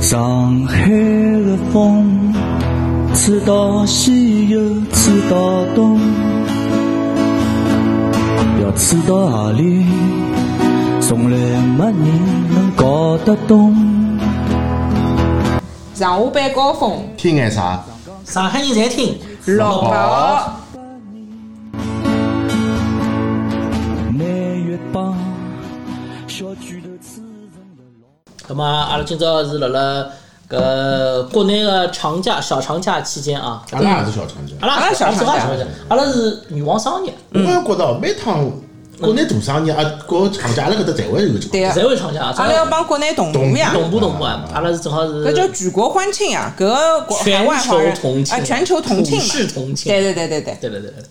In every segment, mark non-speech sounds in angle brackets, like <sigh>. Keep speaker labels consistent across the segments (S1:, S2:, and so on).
S1: 上海的风，吹到西又吹到东，要吹到何里，从来没人能搞得懂。
S2: 上下班高峰，
S3: 哦
S4: 听眼啥？
S3: 上海人侪听，
S2: 六
S4: 六
S2: 六
S1: 南粤帮，小拳头刺成了老。
S3: 那么阿拉今朝是辣辣搿国内个长假小长假期间啊，
S4: 阿拉也是小长假。
S3: 阿拉
S2: 阿拉小长假
S3: 阿拉是阿拉是女王商业，
S4: 我也觉得哦，每趟国内大生日啊，国长假阿拉搿搭侪会有长
S2: 对
S4: 假。
S2: 个，
S3: 侪会长假，
S2: 阿拉要帮国内同步呀，
S3: 同步同步啊，阿拉是正好
S2: 搿
S3: 是
S2: 叫举国欢庆呀，搿个国海
S3: 全
S2: 外华
S3: 球
S2: 人
S3: 同庆
S2: 啊，全球同庆
S3: 普世
S2: 嘛，
S3: 同庆，
S2: 对对对对对，
S3: 对了对了，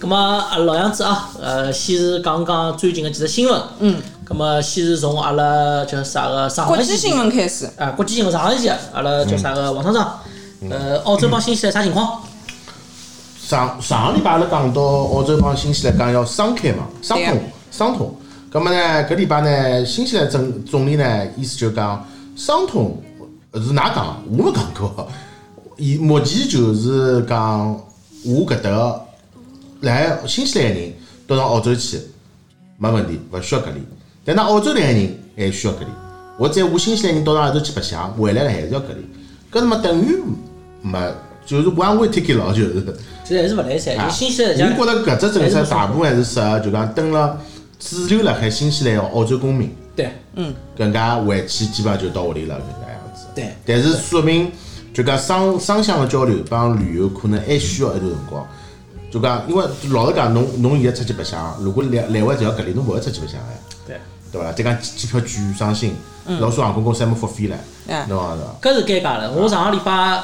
S3: 咁么啊老样子啊，呃，先是讲讲最近的几只新闻。
S2: 嗯，
S3: 咁么先是从阿拉叫啥个上海
S2: 国际
S3: 系
S2: 新闻嗯开始，
S3: 啊，国际新闻上海系阿拉叫啥个王厂长，呃，澳洲帮新西兰啥情况？
S4: 上上个礼拜阿拉讲到澳洲帮新西兰讲要双开嘛，双
S2: 对啊
S4: 通双通。咁么呢，搿礼拜呢，新西兰总总理呢意思就讲双通呃是哪讲啊？我没讲过。伊目前就是讲我搿搭个来新西兰个人到上澳洲去没问题，勿需要隔离。但那澳洲来个人还需要隔离。或者我新西兰人到上澳洲去白相，回来了还是要隔离。搿那么等于没，就是 one way ticket 咯，就是。
S3: 现在还是勿来塞，
S4: 啊
S3: 就新西兰人
S4: 我
S3: 家
S4: 觉得搿只政策大部分还是适合，就讲蹲了滞留辣海新西兰个澳洲公民，
S3: 对
S4: 搿能介回去基本上就到屋里了搿能介样子。
S3: 对
S4: 但是说明就讲双双向个交流帮旅游可能还需要一段辰光。就讲，因为老实讲，侬侬现在出去白相，如果来来回侪要隔离，侬勿会出去白相个呀，
S3: 对，
S4: 对伐啦？再讲机机票贵，伤心，老多航空公司还没复飞唻，
S2: 嗯
S4: 侬讲是伐？
S3: 搿是尴尬了。我上个礼拜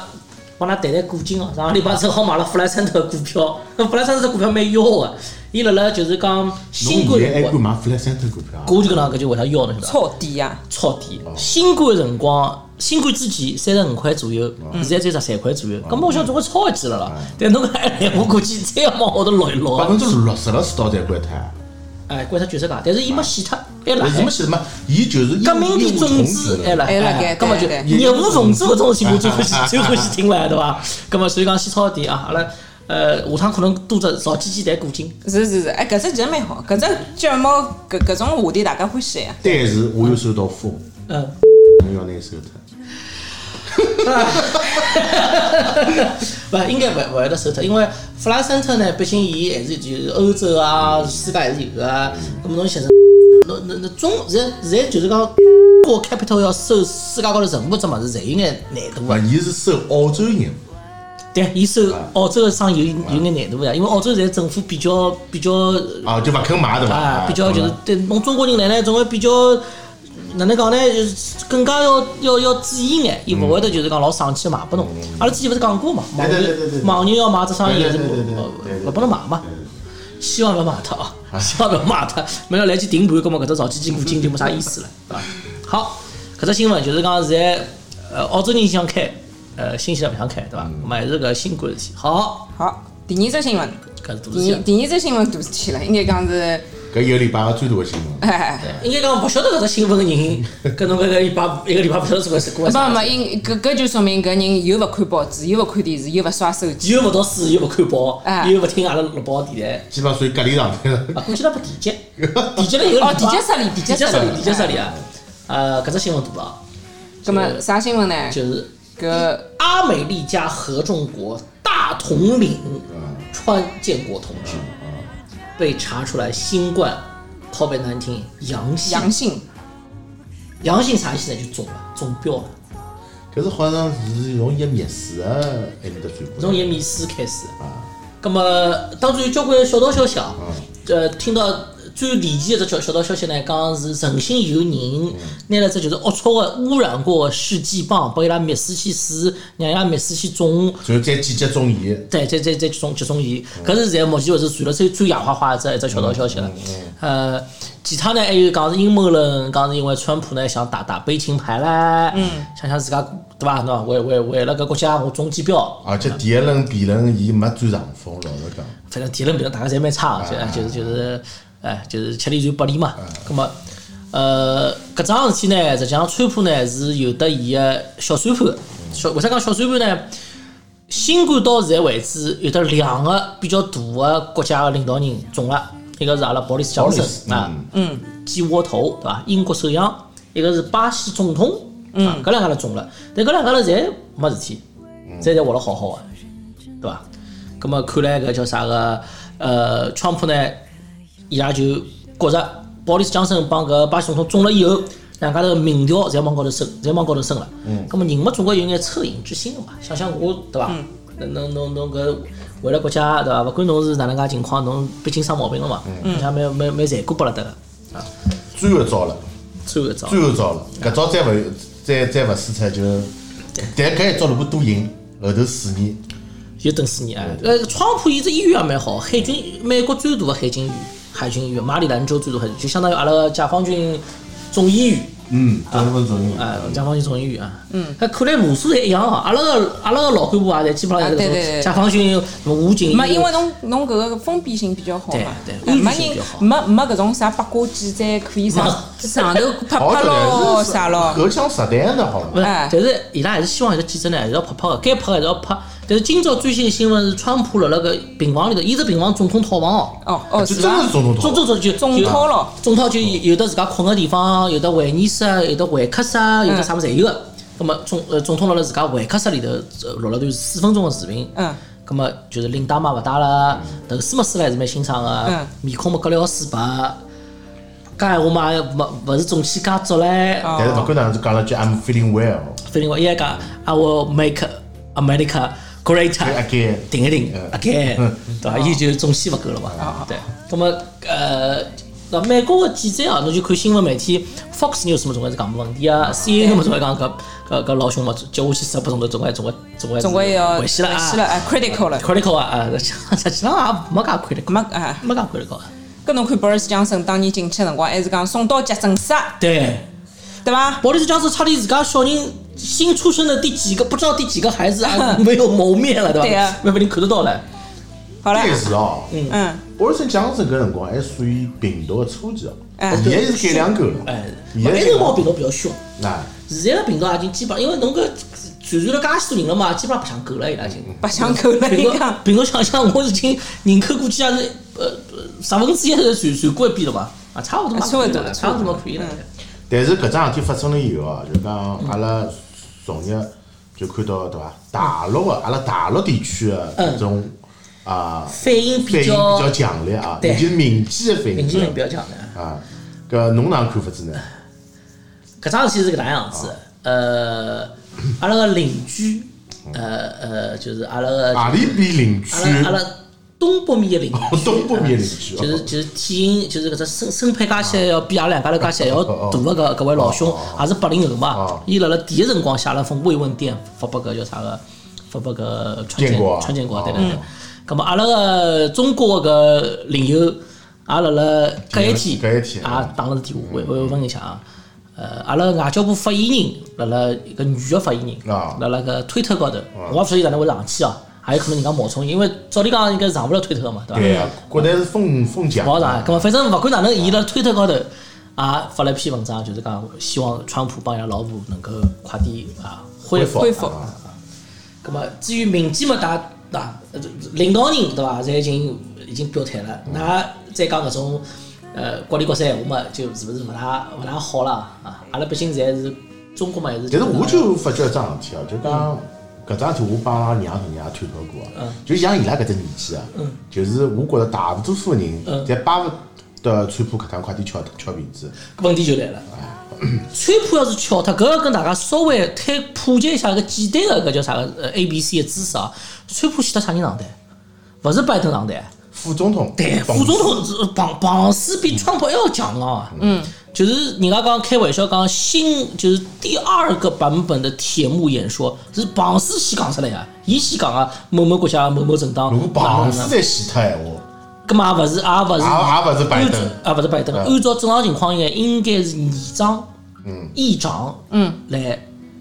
S3: 帮㑚谈谈股金哦，上个礼拜正好买了弗莱森特股票，那弗莱森特股票蛮妖个，啊伊辣辣就是讲
S4: 侬
S3: 新冠
S4: 现在还
S3: 辰
S4: 敢
S3: 光，
S4: 买 f l i g h Center 股票啊？
S3: 我就跟㑚搿就为啥妖呢？晓得伐？
S2: 抄底呀，
S3: 抄底。新冠辰光，新冠之前三十五块左右，现在只有十三块左右。咁么我想总归抄一记了啦。但侬搿闲话，我估计再要往下头落一
S4: 百
S3: 落。
S4: 分之六十了是到才关脱啊！
S3: 哎，关他九十家，但是伊没洗脱，还辣
S4: 但是
S3: 海
S4: 没。写嘛，伊就是因为
S3: 革命的哎种子还辣
S2: 还辣盖
S3: 海，咁么就
S2: 哎对
S4: 对
S3: 业务种子搿种事情，我最欢喜最欢喜听了，对伐？咁么所以讲先抄底啊，阿拉呃下趟可能多只少几记谈股金。
S2: 是是是，哎，搿只其实蛮好，搿只节目搿搿种话题大家欢喜呀，
S4: 但是我又收到风，
S3: 嗯，
S4: 侬要拿伊收脱。
S3: 勿应该勿勿会得收脱，因为弗拉森特呢，毕竟伊还是就是欧洲啊，世界还是有个啊。咁么侬想想，侬侬侬中现在现在就是讲，国 capital 要收世界高头任何一只物事，侪有眼难度
S4: 勿，
S3: 啊。
S4: 伊是收澳洲人，
S3: 对，伊收澳洲个生意有有眼难度呀，因为澳洲现在政府比较比较
S4: 啊，就勿肯买对伐？
S3: 啊，比较就是
S4: 懂了
S3: 对侬中国人来呢，总归比较哪能讲呢，就是更加要要要注意眼，伊勿会得就是讲老生气卖拨侬。阿拉之前勿是讲过嘛，
S4: 嗯对
S3: 盲
S4: 对
S3: 人
S4: 对对对
S3: 盲人要买只生意还是
S4: 对对对对对对
S3: 勿
S4: 对
S3: 勿拨侬买嘛，希望勿要买脱
S4: <laughs>
S3: 啊，希望勿要买脱，没要来去顶盘，搿么搿只早期进股金就没啥意思了，对伐？好，搿只新闻就是讲现在呃澳洲人想开，呃新西兰勿想开，对伐？
S4: 嗯
S3: 咾么还是搿新冠事体，好，
S2: 好，第二只新闻，
S3: 搿是大事
S2: 第
S3: 体
S2: 二
S3: 了。
S2: 第二只新闻大事体了，应该讲是，
S4: 搿一个礼拜个最大个新闻。
S2: 哎。
S3: 应该讲勿晓得搿只新闻个人，搿侬搿个礼拜一个礼拜勿晓得做个是过
S2: 不
S3: 啥。
S2: 不，因搿搿就说明搿人又勿看报纸，又勿看电视，又勿刷手机。
S3: 又勿读书，又勿看报
S2: 哎，
S3: 又勿听阿拉录报电
S4: 基本上属于隔离状态了。
S3: 台，啊，估计他不地接，地接了有
S2: 哦，地接失礼，地
S3: 地
S2: 接
S3: 接
S2: 失
S3: 失
S2: 礼，
S3: 礼，地接失礼啊！呃，搿只新闻大啊，
S2: 葛末啥新闻呢？
S3: 就是
S2: 搿
S3: 阿美利加合众国大统领川建国同志被查出来新冠 COVID-19 阳性，
S2: 阳性，
S3: 阳性啥意思呢？就中了，中标了，
S4: <laughs> 搿是好像是从一面四个埃面搭传播。
S3: 从一米四开始。咁么，当中有交关小道消息啊，呃，听到最离奇的一只小小道消息呢，讲是诚心有人拿了只就是龌龊的污染过的试剂棒，拨伊拉灭鼠去试，让伊拉灭鼠去种，
S4: 然后再间接中伊，
S3: 再再再再去种去种盐。搿是现在目前为止传了最最野花花的一只一只小道消息了。呃，其他呢还有讲是阴谋论，讲是因为川普呢想打打悲情牌啦，想想自家对伐？喏，为为为了搿国家我中机标。
S4: 而且啊第一轮辩论伊没占上风，老实讲。
S3: 反正第一轮比赛大家侪蛮差的，就就是就是，哎，就是吃力就不利嘛。咁么，呃，搿桩事体呢，实际上川普呢是有得伊个小算盘个。小为啥讲小算盘呢？新冠到现在为止，有得两个比较大个国家个领导人中了，一个是阿拉鲍里斯·强
S4: 鲍
S3: 森
S4: 里斯
S3: 啊，嗯，鸡窝头对伐？英国首相，一个是巴西总统，啊，搿两个人中了，但搿两个人侪没事体，侪侪活了好好个、对伐？咁么看来搿叫啥个？呃，川普呢，伊拉就觉着鲍里斯·江森帮搿巴西总统中了以后，两家头民调侪往高头升，侪往高头升了。嗯。咁么人嘛，总归有眼恻隐之心个嘛。想想我对伐？侬侬侬侬搿为了国家对伐？勿管侬是哪能介情况，侬毕竟生毛病了嘛，人家蛮蛮蛮残酷拨了得个。啊，
S4: 最后一招了，
S3: 最后一招，
S4: 最后一招了，搿招再勿再再勿输出就，但搿一招如果多赢，后头四年
S3: 就等四年啊。呃，川普伊只医院也蛮好，海军美国最大的海军医院，海军医院，马里兰州最大海军，就相当于阿拉个解放军总医院。
S4: 嗯，总分总赢
S3: 啊，解放军总医院啊，嗯，那看来模式侪一样啊。阿拉个阿拉个老干部也侪基本上
S2: 啊
S3: 侪
S2: 对
S3: 是
S2: 对对
S3: 解放军什么武警，
S2: 没，因为侬侬搿个封闭性比较好嘛，
S3: 对对
S2: 呃没
S3: 封闭性比
S2: 人
S3: 较好
S2: 没没搿种啥八卦记者可以上上头拍
S4: 好
S2: 拍咯
S3: 哦
S4: 的，
S2: 啥咯，
S4: 搿像实弹的好
S3: 不
S4: 了，
S3: 是，
S2: 哎
S3: 但是伊拉还是希望一个记者呢还是要拍拍个，该拍还是要拍。但是今朝最新的新闻是，川普辣辣个病房里头，伊只病房总统套房哦。
S2: 哦哦
S4: 就是真的
S2: 伐
S4: 是？总统
S3: 总
S4: 套。
S3: 总总就
S2: 总套咯，
S3: 总套就有有的自家困个地方，有的会议室，啊有的会客室，有的啥物事侪有个。那么总呃总统辣辣自家会客室里头呃录了段四分钟个视频，
S2: 嗯，
S3: 那么就是领带嘛勿戴了，头饰嘛梳了还是蛮清爽个
S2: 嗯，
S3: 啊面孔嘛割了水白，讲闲话嘛也勿勿是中气介足唻，
S4: 但是勿管哪能，就讲了句 I'm feeling well，
S3: 反正我伊还讲 I will make America great
S4: Great again
S3: 停一停
S4: 嗯
S3: ，again，对伐？伊就总线勿够了嘛，
S2: 啊
S3: 对。那么呃，那美国个记者啊，侬就看新闻媒体，Fox News 嘛，总归是讲没问题
S2: 嗯
S3: 啊，CNN 嘛，总归讲搿搿搿老兄嘛，接下去十八钟头总归总归总归
S2: 总归要
S3: 回去了
S2: 回去了
S3: 啊
S2: 啊，critical 了。
S3: ，critical 啊啊，实际上也没介 critical，
S2: 没啊
S3: 没介 critical 啊。
S2: 搿侬看鲍尔斯江森当年进去的辰光，还是讲送到急诊室，
S3: 对，
S2: 对伐？
S3: 保利斯江是差点自家小人新出生的第几个不知道第几个孩子
S2: <laughs>
S3: 啊没有谋面了，对吧？
S2: 对啊
S3: 没被你看得到了。
S2: 好了，
S4: 但是哦，
S2: 嗯，
S4: 我是讲是搿辰光还属于病毒的初期哦，
S2: 哎
S4: 现在是改良狗了，
S3: 哎，
S4: 现在
S3: 那
S4: 是
S3: 辰光病毒比较凶，
S4: 那
S3: 现在的病毒已经基本上，因为侬搿传染了介许多人了嘛，基本上白相够了，伊拉已经。
S2: 白相狗了，
S3: 病
S2: 伊
S3: 毒
S2: 讲，
S3: 病毒想想，我已经人口估计也是呃呃十分之一还是传传过一遍了吧？啊，差不多嘛，
S2: 差不多
S3: 可以了差不多嘛，可以了。
S4: 但是搿桩事体发生了以后啊，就讲阿拉昨日就看到对伐？大陆
S3: 嗯
S4: 个阿拉大陆地区个搿种啊
S3: 反应
S4: 反应
S3: 嗯比
S4: 比
S3: 较
S4: 较，强烈啊，
S3: 对
S4: 尤其是民间个反
S3: 民众
S4: 应
S3: 性比较强的。
S4: 啊，搿侬哪能看法子呢？
S3: 搿桩事体是搿能样子，呃，阿拉个邻居，呃呃，就是阿拉个
S4: 阿里边邻居，
S3: 阿，拉阿拉东北面的邻居
S4: 啊哦东北面邻居哦
S3: 就是就是体型就是搿只身身配加起
S4: 啊
S3: 来要比阿拉两家头加起来要大的搿搿位老兄，也是八零后嘛
S4: 哦，
S3: 伊辣辣第一辰光写了封慰问电，发拨搿叫啥个，发拨搿川
S4: 建国
S3: 建
S4: 啊
S3: 川建国啊，对
S4: 哦
S3: 对对。葛末阿拉个中国个搿领友，也辣辣隔一天，
S4: 隔一天啊嗯
S3: 也打了个电话慰慰问一下啊。呃，阿拉外交部发言人辣辣一个女个发言人
S4: 啊
S3: 辣辣个推特高头，我也勿晓得伊哪能会上去啊，也有可能人家冒充，因为照理讲应该上不了推特嘛，对伐？
S4: 对啊，国内是疯疯
S3: 勿
S4: 强，
S3: 好上，咁啊么反正勿管哪能，伊辣推特高头也发了一篇文章，就是讲希望川普帮伊拉老婆能够快点啊恢复。
S2: 恢复
S4: 啊
S3: 咁么至于民间嘛，大家对伐？呃领导人对伐？侪已经已经表态了，那再讲搿种呃国里国三闲话嘛，就是勿是勿大勿大好啦啊！阿拉毕竟侪是中国嘛，还是
S4: 但是我就发觉一桩事体啊，就讲
S3: 嗯
S4: 搿桩事体，我帮阿拉娘同娘探讨过啊。就像伊拉搿只年纪啊，就是我觉着大多数人
S3: 嗯
S4: 侪巴勿得川普搿趟快点翘翘辫子。
S3: 问题就来了。
S4: 嗯
S3: 川普要是翘脱，搿要跟大家稍微推普及一下搿简单的搿叫啥个呃 A B C 的知识啊。川普选脱啥人上台？勿是拜登上台，
S4: 副总统，
S3: 对，
S4: 彭嗯
S3: 副总统是棒棒死比川普还要强啊！嗯，就是人家刚开玩笑讲新就是第二个版本的铁幕演说是棒死先讲出来呀、伊先讲啊某某国家某某政党，
S4: 如果
S3: 哪
S4: 彭
S3: 能哪
S4: 斯
S3: 能
S4: 再死脱闲话，
S3: 咁嘛，勿是，也勿是，
S4: 也也勿是拜登
S3: 按照，也勿是拜登。
S4: 嗯
S3: 按照正常情况应该应该是议长，嗯，议长，嗯，来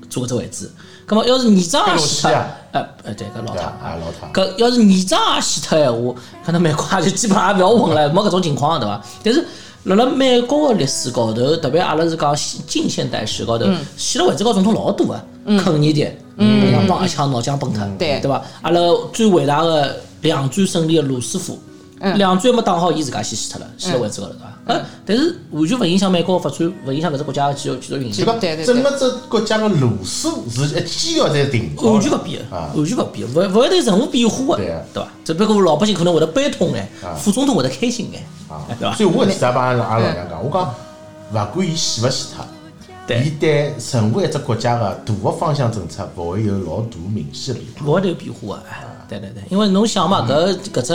S3: 坐搿只位置。咁么，要是议长也死脱
S4: 佩洛西啊，
S3: 呃呃，对，搿老
S4: 对
S3: 太
S4: 啊，啊老太
S3: 搿要是议长也死脱闲话，可能美国也就基本上也勿要混了，没搿种情况对伐？但是辣辣美国的历史高头，特别阿拉是讲现近现代史高头，希腊伟最高总统老多个，肯尼迪，两帮一枪脑浆崩脱，
S2: 对
S3: 对伐？阿拉最伟大的两战胜利的罗斯福，两战没打好，伊自家先死脱了，希腊伟最高了，对伐？呃，但是完全勿影响美国的发展，勿影响搿只国家的继续继续运
S4: 就
S3: 行。
S4: 讲
S2: 对对对
S4: 整个只国家的路数是一基调在定好的，
S3: 完全勿变的，
S4: 啊
S3: 完全勿变，勿勿会对任何变化的，
S4: 对啊
S3: 对伐？只不过老百姓可能会得悲痛眼
S4: 啊，
S3: 副总统会得开心眼，
S4: 啊
S3: 对伐？
S4: 所以我搿次也帮阿拉阿拉老娘讲，我讲勿管伊死勿死脱。伊
S3: 对，
S4: 对任何一只国家个大个方向政策，勿会有老大明显个变化。
S3: 勿会得有变化的。哎对对对，因为侬想嘛，搿搿只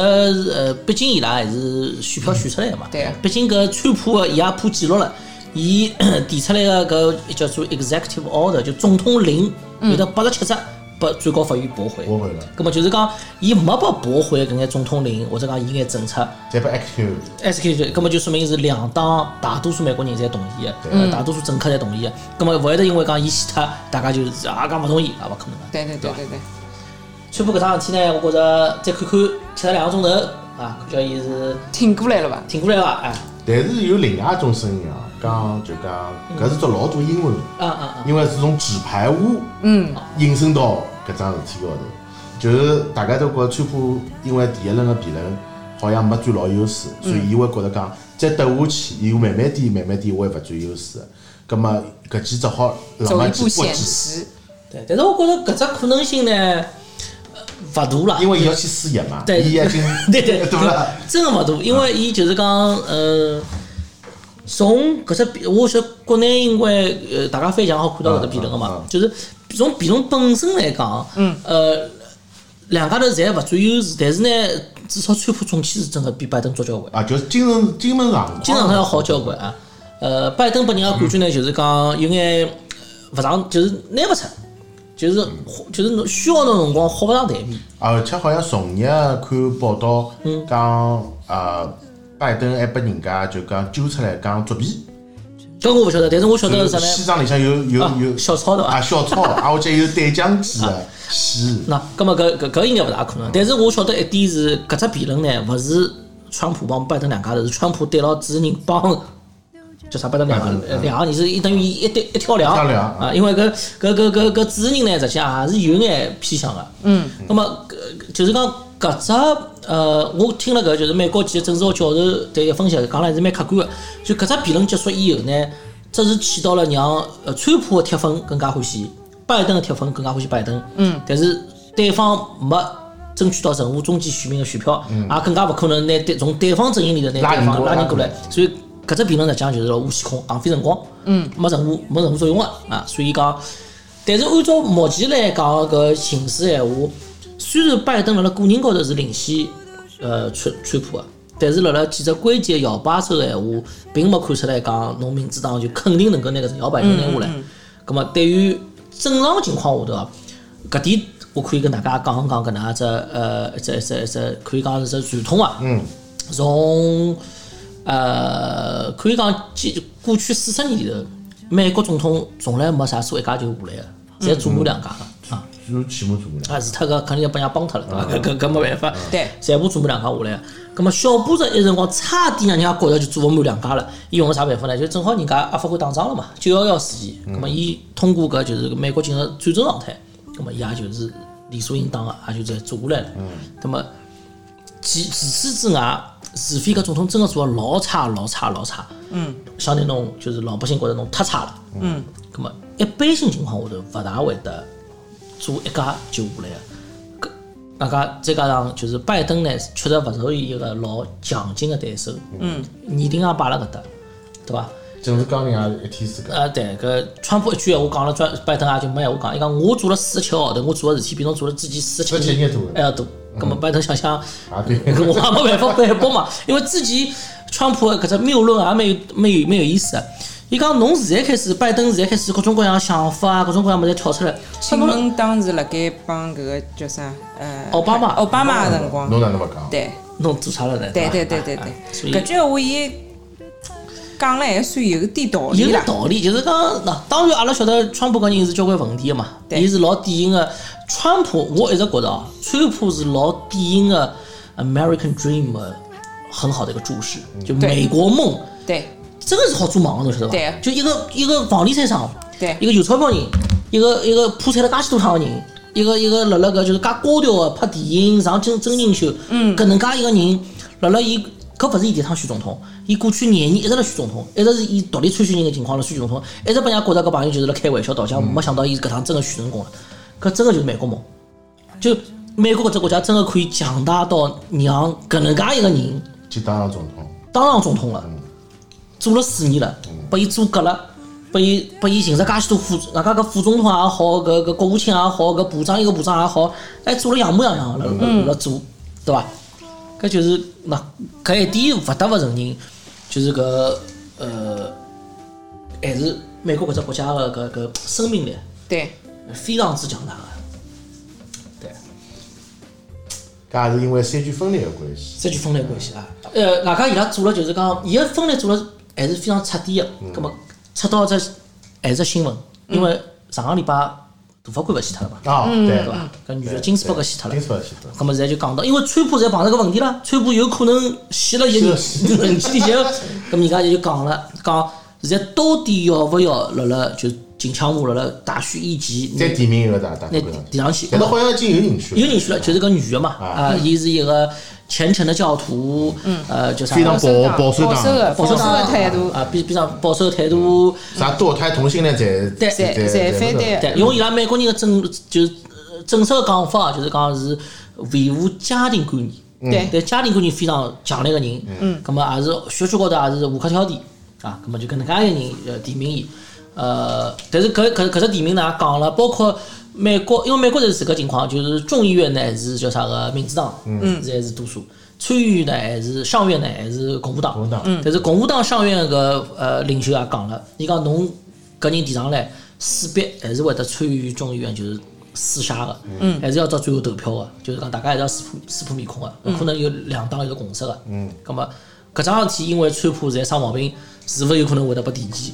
S3: 呃，毕竟伊拉还是选票选出来的嘛。
S2: 对啊
S3: 毕竟搿川普啊的伊也破纪录了，伊 <coughs> 提出来个搿叫做 executive order，就总统令，
S2: 嗯
S3: 有得八十七只被最高法院驳回。
S4: 驳回了
S3: 葛末就是讲，伊没被驳回搿眼总统令，或者讲伊眼政策。
S4: 再哎不 action，
S3: SK 就，根本就说明是两党大多数美国人侪同意的，呃大多数政客侪同意的，根本勿会得因为讲伊死脱，大家就是啊讲勿同意，也勿可能的。
S2: 对对对
S3: 吧
S2: 对对，
S3: 川普搿桩事体呢，我觉着再看看吃了两个钟头啊，看叫伊是
S2: 挺过来了吧？
S3: 挺过来伐？哎，
S4: 但是有另外一种声音啊，讲就讲搿是只老大英文，
S3: 啊啊
S4: 因为是从纸牌屋
S2: 嗯，
S4: 引申到搿桩事体高头，就是大家都觉得川普因为第一轮个辩论好像没占老优势，
S3: 嗯
S4: 所以伊会觉得讲再斗下去，伊慢慢点慢慢点会勿占优势的。葛末搿期只好浪
S2: 走
S4: 漫
S2: 一
S4: 去
S2: 步
S4: 搏
S2: 险
S4: 几次，
S2: 棋，
S3: 啊，对，但是我觉着搿只可能性呢，呃勿大啦，
S4: 因为伊要去输赢嘛，
S3: 对
S4: 伊已经
S3: <laughs> 对对
S4: <laughs> 对不啦？
S3: 真的勿大，因为伊就是讲，呃，从搿只比，我晓得国内因为呃大家非常好看到搿只辩论
S4: 嗯
S3: 个
S4: 嗯
S3: 嘛
S4: 嗯，
S3: 就是从辩论本身来讲，啊嗯，呃，两家头侪勿占优势，但是呢，至少川普总体是真个比拜登足交关，
S4: 啊，就是精神精神状况，
S3: 经常上要好交关啊。呃，拜登拨人家感觉呢，就是讲有眼勿上，就是拿勿出，就是就是侬需要侬辰光豁勿上台面。
S4: 而且好像昨日看报道
S3: 嗯
S4: 讲，呃，拜登还拨人家就讲揪出来讲作弊，
S3: 搿我勿晓得，但是我晓得
S4: 就是
S3: 啥呢？
S4: 西装里向有有
S3: 啊
S4: 有
S3: 小抄的啊
S4: 啊，小抄啊，而且有对讲机的线，
S3: 那葛么搿搿搿应该勿大可能，但是我晓得一点是，搿只辩论呢，勿是川普帮拜登两家头，是川普对牢主持人帮叫啥拜登两
S4: 拜登
S3: 个
S4: 嗯
S3: 两个人是一等于一对一挑两
S4: 一挑两
S3: 啊，因为搿搿搿搿搿主持人呢，实际上也是有眼偏向的。嗯，葛么搿就是讲搿只呃，我听了搿就是美国几个政治学教授对个分析，讲了还是蛮客观的。就搿只辩论结束以后呢，这是起到了让呃川普的铁粉更加欢喜，拜登的铁粉更加欢喜拜登。嗯，但是对方没。争取到任何中间选民的选票，也更加勿可能拿对从对方阵营里头拿
S4: 拉
S3: 对
S4: 人
S3: 方
S4: 过来
S3: 拉人过
S4: 拉
S3: 来
S4: 人过来，
S3: 所以搿只辩论实际上就是老无限空，浪费辰光，嗯，没任何没任何作用个啊。所以讲，但是按照目前来讲搿形势闲话，虽然拜登辣辣个人高头是领先呃川川普个，但是辣辣几只关键摇摆州个闲话，并没看出来讲侬民主党就肯定能够拿搿只摇摆州拿下来。葛末对于正常情况下头啊，搿点我可以跟大家讲一讲搿能介只呃一只一只一只可以讲是只传统啊。嗯。从呃可以讲几过去四十年里头，美国总统从来没啥时候一家就下来的，侪左右两家的啊。
S4: 就起码做不了。
S3: 啊，是他搿肯定要拨人家帮脱了，对 <laughs> 伐？搿搿搿没办法，
S2: 对
S3: 全部做满两家下来。葛末小布什一辰光差点让人家觉着就做勿满两家了，伊用了啥办法呢？就正好人家阿富汗打仗了嘛，九幺幺事件，葛末伊通过搿就是美国进入战争状态，葛末伊也就是理所应当个，啊也就再做下来了。葛末其除此之外，除非搿总统真个做得老差老差老差，嗯，相对侬就是老百姓觉着侬太差了，嗯，葛末一般性情况下头勿大会得。做一家就下来啊个。搿外加再加上就是拜登呢，确实勿属于一个老强劲个对手，嗯，年龄也摆辣搿搭，对伐？
S4: 政治纲领也一天世界，
S3: 啊，对，搿川普一句闲话讲了，专拜登也就没闲话讲。伊讲我做了四十七个号头，我做个事体比侬做了之前四十
S4: 47
S3: 七哎
S4: 年多
S3: 还要多。葛末拜登想想，
S4: 嗯啊对
S3: <laughs> 我也没办法反驳嘛，因为之前川普的搿只谬论也蛮有蛮有蛮有意思的。啊伊讲侬现在开始，拜登现在开始各种各样的想法啊，各种各样物事跳出来。
S2: 请问当时辣盖帮搿个叫啥？呃，
S3: 奥巴马
S2: 奥巴马的辰光，
S4: 侬哪能勿讲？
S2: 对
S3: 侬做啥了呢？
S2: 对
S3: 伐
S2: 对对对
S3: 啊啊所
S2: 对，
S3: 以
S2: 搿句闲话伊讲了还算有点道
S3: 有
S2: 理
S3: 个
S2: 啦。
S3: 道理，就是讲，那当然阿拉晓得川普搿人是交关问题个嘛，
S2: 对
S3: 伊是老典型个。川普我一直觉得啊，川普是老典型个 American Dream 的很好的一个注释，就
S2: 对
S3: 美国梦
S2: 对
S3: 真个是好做忙个，侬晓得伐？
S2: 对
S3: 就一个一个房地产商，
S2: 对
S3: 一个有钞票人，一个一个铺产了介许多趟个人，一个一个辣辣搿就是介高调个拍电影上真真人秀，嗯，搿能介一个人，辣辣伊搿勿是伊第一趟选总统，伊过去廿年一直辣选总统，一直是以独立参选人个情况辣选总统，一直拨人家觉着搿朋友就是辣开玩笑倒讲，没想到伊搿趟真个选成功了，搿真个就是美国梦，就美国搿只国家真个可以强大到让搿能介一个人。
S4: 去当上总统，
S3: 当上总统了，做了四年了，把伊做革了，把伊把伊寻着介许多副，外加搿副总统也啊好，搿搿国务卿也啊好，搿部长一个部长也好，哎，做了样模样样了，辣辣做，对伐？搿就是那搿一点勿得勿承认，就是搿呃，还是美国搿只国家的搿搿生命力
S2: 对，
S3: 非常之强大的。对，
S4: 搿也是因为三权分立的关系。
S3: 这就分类关系啊。呃，外加伊拉做了就是讲，伊个分类做了还是非常彻底的。
S4: 嗯
S3: 葛末出到只还是只新闻，因为上个礼拜大法官勿死脱了嘛，
S4: 啊，对
S3: 对伐？搿女
S4: 对
S3: 的金斯伯格死脱了
S4: 金。斯伯格死脱了。
S3: 葛末现在就讲到，因为川普现在碰着个问题啦，川普有可能死了一人 <laughs>
S4: 是
S3: 人体里向，葛末人家就讲了，讲现在到底要勿要辣辣就秦腔舞辣辣大选以前
S4: 再提名一个大大
S3: 拿
S4: 官
S3: 拿
S4: 上去，
S3: 提上去？
S4: 但是好像已经有人选了，
S3: 有人选了，就是个女的嘛，啊，伊是一个虔诚的教徒，呃，叫啥？
S4: 非常保保守
S2: 嗯保守
S4: 党
S2: 的
S3: 保守党
S2: 的态度，
S3: 啊，比比上保守的态度，
S4: 啥堕胎同性恋才
S3: 对
S2: 侪侪反
S4: 嗯
S2: 对，
S3: 对，用伊拉美国人的正就是呃正式的讲法，就是讲是维护家庭观念，
S2: 对
S3: 对家庭观念非常强烈个人，嗯，咁么也是学术高头也是无可挑剔啊，咁么就搿能介一个人呃提名伊，呃，但是搿搿搿只提名呢也讲了，包括。美国，因为美国就是搿情况，就是众议院呢是叫啥个民主党，嗯，现在是多数，参议院呢还是上院呢还是共和党，
S4: 共和党
S3: 但是共和党上院个呃领袖也讲了，伊讲侬搿人提上来，势必还是会得参与众议院就是厮杀的，嗯，还是要到最后投票的，就是讲大家还是要撕破撕破面孔的，勿可能有两党有个共识的，嗯，葛么搿桩事体因为川普现在生毛病，是勿是有可能会得被提前？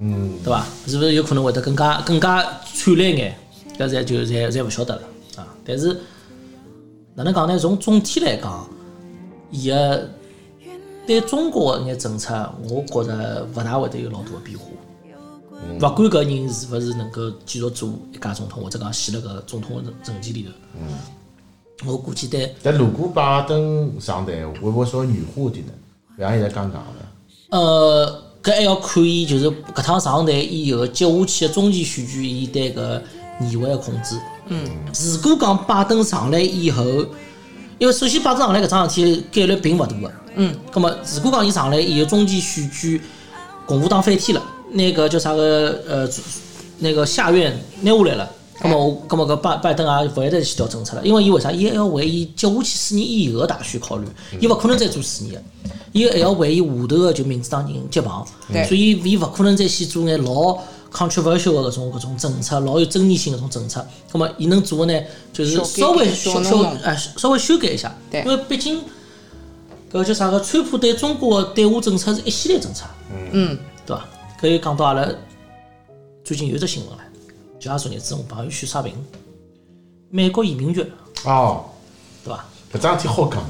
S3: 嗯，对伐？是勿是有可能会得更加更加惨烈眼？搿侪就侪侪勿晓得了啊！但是哪能讲呢？从总体来讲，伊个对中国一眼政策，我觉着勿大会得有老大个变化。勿管搿人是勿是能够继续做一届总统，或者讲死辣搿总统个政绩里头，我估计对，
S4: 但如果拜登上台，会不会稍微软化一点呢？勿像现在讲硬了，
S3: 呃，搿还要看伊就是搿趟上台以后，接下去个中期选举，伊对搿议会个控制。嗯，如果讲拜登上来以后，因为首先拜登上来搿桩事体概率并勿大个。嗯，葛末如果讲伊上来以后，中期选举共和党翻天了，那个叫啥个呃，那个下院拿下来了。
S2: 哎
S3: 葛末我，葛末搿拜拜登也勿会得去调政策了，因为伊为啥？伊还要为伊接下去四年以后个大选考虑，
S2: 嗯
S3: 伊勿可能再做四年个，伊还要为伊下头个就民主党人接棒
S2: 对，
S3: 所以伊勿可能再去做眼老 controversial 个搿种搿种政策，老有争议性搿种政策。葛末伊能做个呢，就是稍微
S2: 小改
S3: 修修
S2: 小弄弄
S3: 哎稍微修改一下，
S2: 对
S3: 因为毕竟搿叫啥个，川普对中国的对华政策是一系列政策，
S2: 嗯，
S3: 对伐？搿又讲到阿拉最近有一只新闻唻，就阿昨日子我朋友圈刷屏，美国移民局，
S4: 哦，
S3: 对伐？
S4: 搿桩事体好讲吗，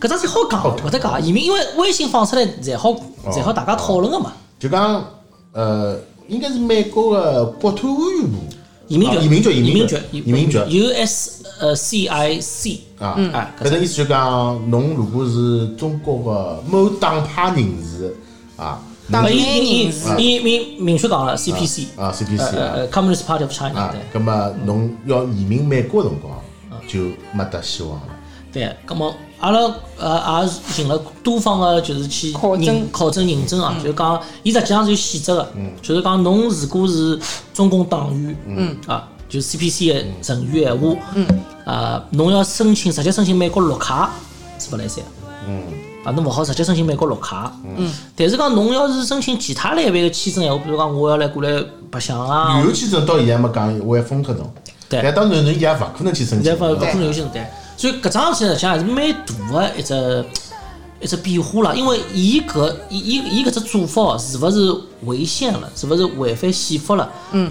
S3: 搿桩事体好
S4: 好
S3: 讲，
S4: 讲哦
S3: 勿得讲移民，因为微信放出来才好才好大家讨论个嘛。
S4: 就讲呃，应该是美国的国土安全部
S3: 移民局，
S4: 哦移民局移
S3: 移
S4: 民
S3: 民
S4: 局
S3: 局，
S4: 移民局
S3: ，U S 呃 C I C
S4: 啊，
S3: 哎
S4: 搿种意思就讲，侬如果是中国的某党派人士啊，
S2: 党
S3: 呃，
S2: 内
S3: 伊伊
S2: 人
S3: 伊
S2: 士
S3: 伊明明确讲了 CPC
S4: 啊，CPC
S3: 呃呃呃 Communist Party of China
S4: 啊
S3: 对，
S4: 葛末侬要移民美国的辰光就没得希望了。
S3: 对，葛么阿拉呃也寻了多方个就是去
S2: 考证
S3: 认考证认证啊，就是讲伊实际上是有细则个，就是讲侬如果是中共党员，嗯啊，就是 CPC 个成员闲话，嗯啊，侬要申请直接申请美国绿卡是勿来三。啊，侬勿好直接申请美国绿卡。嗯。但是讲侬要是申请其他类别个签证闲话，比如讲我要来过来白相啊
S4: 旅，游签证到现在没讲会封脱侬，
S3: 对
S4: 但当然侬也勿可能去申
S3: 现在
S4: 请。啊
S3: 勿勿可
S4: 对
S3: 能有现在，所以搿桩事体实际上还是蛮大个一只一只变化啦。因为伊搿伊伊伊搿只做法哦是勿是违宪了，是勿是违反宪法了？嗯，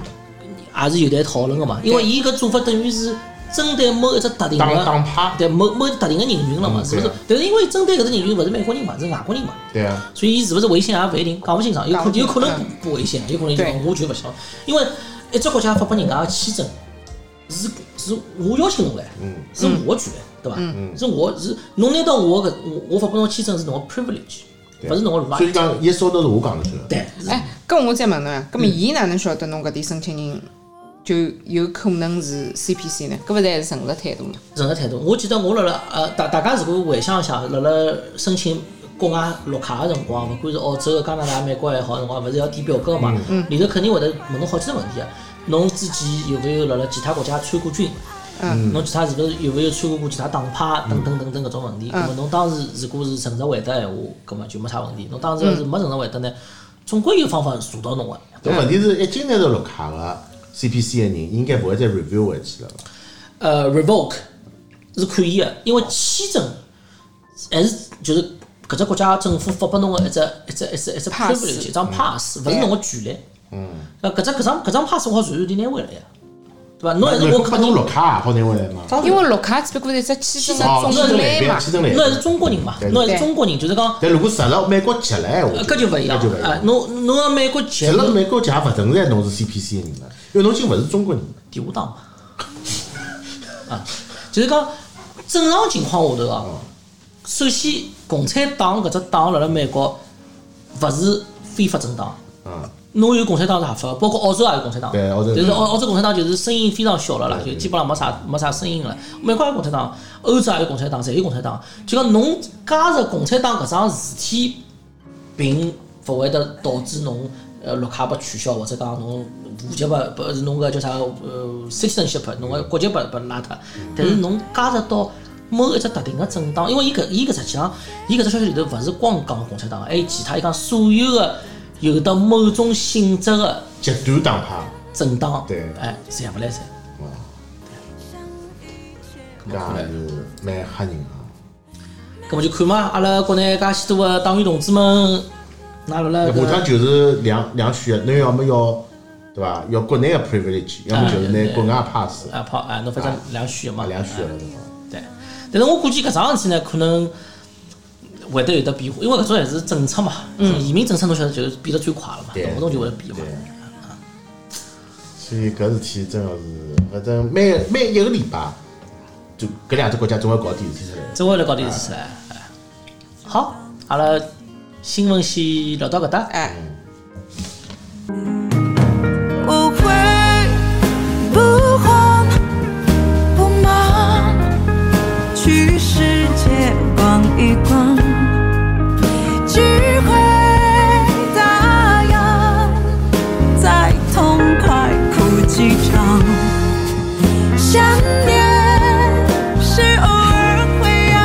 S3: 也是有待讨论个嘛。因为伊搿做法等于是针对某一只特定
S4: 党党
S3: 的，
S4: 派，
S3: 对某某特定的人群了嘛，
S4: 嗯
S3: 是不是
S4: 对啊？
S3: 但是因为针对搿只人群勿是美国人嘛，是外国人嘛，
S4: 对啊，
S3: 所以伊是勿是违宪也勿一定，讲勿清爽，有可
S2: 讲不
S3: 有
S2: 清
S3: 可能
S2: 嗯
S3: 不违宪，有可能就
S2: 对
S3: 讲我就勿晓得，因为一只国家发拨人家的签证，是是我邀请侬来，
S4: 嗯
S3: 是我的权利，对伐？
S2: 嗯
S3: 是我是侬拿到我搿我我发拨侬签证是侬个 privilege，
S4: 对啊
S3: 勿是侬个
S4: 所以
S3: right，
S4: 讲一烧头是我讲的算。
S3: 对，是
S2: 哎，搿我再问侬啊，搿么伊哪能晓得侬搿点申请人就有可能是 CPC 呢？搿勿是还是诚实态度吗？
S3: 任何态度。我记得我辣辣呃，大大家如果回想一下，辣辣申请国外绿卡个辰光，勿管是澳洲、加拿大、美国也好，辰光勿是要填表格嘛，
S2: 嗯
S3: 里头肯定会得问侬好几个问题啊。侬自己有没有辣辣其他国家参过军？
S2: 嗯，
S3: 侬其他是不是有没有参加过其他党派等等等等搿种问题？
S2: 嗯
S3: 那么侬当时如果是诚实回答闲话，葛么就没啥问题。侬当时要
S2: 嗯
S3: 是没诚实回答呢，总归有方法查到侬个。
S4: 但问题是，一进来到绿卡个 CPC 个人，应该勿会再 review 回去了吧？
S3: 呃，revoke 是可以的，因为签证还是就是搿只国家政府发拨侬个一只一只一只一只
S2: Pass 嗯
S3: privilege，一张 pass，勿是
S2: 对
S3: 侬个权利。嗯。呃，搿只搿张搿张 pass 我好随随便拿回来呀，对伐？侬还是我
S4: 拨侬绿卡也啊好拿回来嘛？
S3: 哦
S2: 因为绿卡只不过是一只签证
S4: 哦
S2: 的
S4: 签证
S2: 种类
S4: 来
S2: 嘛
S4: 源，，签证来
S3: 侬还啊是
S4: 源。
S3: 中国人嘛
S4: 对，
S3: 侬还是
S2: 对
S3: 中国人，就是讲。呃
S4: 但如果实了美国籍了闲话，
S3: 搿就勿一样
S4: 搿就勿一
S3: 啊！
S4: 样。
S3: 侬侬要美国籍
S4: 实了
S3: 侬
S4: 美国籍也勿存在侬是 CPC 个人了，因为侬已经勿是中国人了。
S3: 第五档嘛，啊，就是讲正常情况下头啊，首先共产党搿只党辣辣美国勿是非法政党，
S4: 嗯，
S3: 侬有共产党是合法的，包括澳洲也有共产党，
S4: 对澳洲
S3: 但是澳澳洲共产党就是声音非常小了啦，就基本上没啥没啥声音了。美国也有共产党，欧洲也有共产党，侪有共产党。就讲侬加入共产党搿桩事体，并勿会得导致侬呃绿卡被取消，或者讲侬户籍被不是侬个叫啥呃 citizenship，侬个国籍被被拉脱。
S4: 嗯
S3: 但是侬加入到某一只特定个政党，因为伊搿伊搿实际上，伊搿只消息里头勿是光讲共产党，还有其他伊讲所有个有的某种性质个
S4: 极端党派，
S3: 政党，
S4: 对
S3: 哎，侪勿来塞。
S4: 啊搿也是蛮吓人啊。
S3: 搿么就看嘛，阿拉国内介许多个党员同志们，㑚辣辣
S4: 啊下
S3: 搿
S4: 趟就是两两选，侬要么要对伐？要国内个 privilege，要么就是拿国外 pass，
S3: 啊跑啊，侬反正两选嘛，
S4: 啊两选
S3: 啊
S4: 了。
S3: 对，但是我估计搿桩事体呢，可能会得有得变化，因为搿种还是政策嘛，移民政策侬晓得就是变得最快了嘛，
S4: 嗯对
S3: 动不动就会变嘛
S4: 对。所以搿事体真个是，反正每每一个礼拜，就搿两只国家总要搞点事体出来。
S3: 这我来搞点事体
S4: 啊
S3: 唻。哎好，阿拉新闻先聊到搿搭。
S2: 哎。
S5: 不会不慌不忙，去世界逛一逛，聚会大洋，在痛快哭几场，想念是偶尔会让。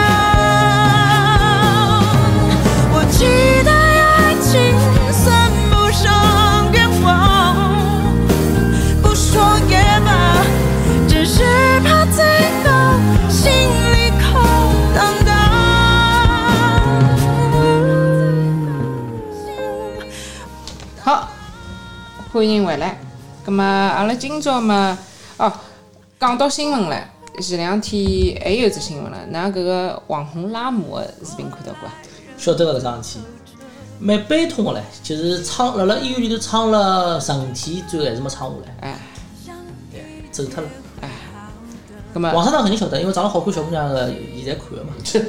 S5: 我期待爱情算不上愿望，不说也罢，只是怕最后心里空荡荡。
S2: 好，欢迎回来。咁么，阿拉今朝嘛，哦，讲到新闻了，前两天还有一只新闻了，㑚搿个网红拉姆个视频看到过啊？
S3: 晓得个搿桩事体，蛮悲痛个唻，就是撑辣辣医院里头撑了十五天，最后还是没撑下来，
S2: 哎，
S3: 走脱了。
S2: 咁
S4: 啊
S2: 啊么，
S3: 网上党肯定晓得，因为长得好看小姑娘个，现在看个嘛。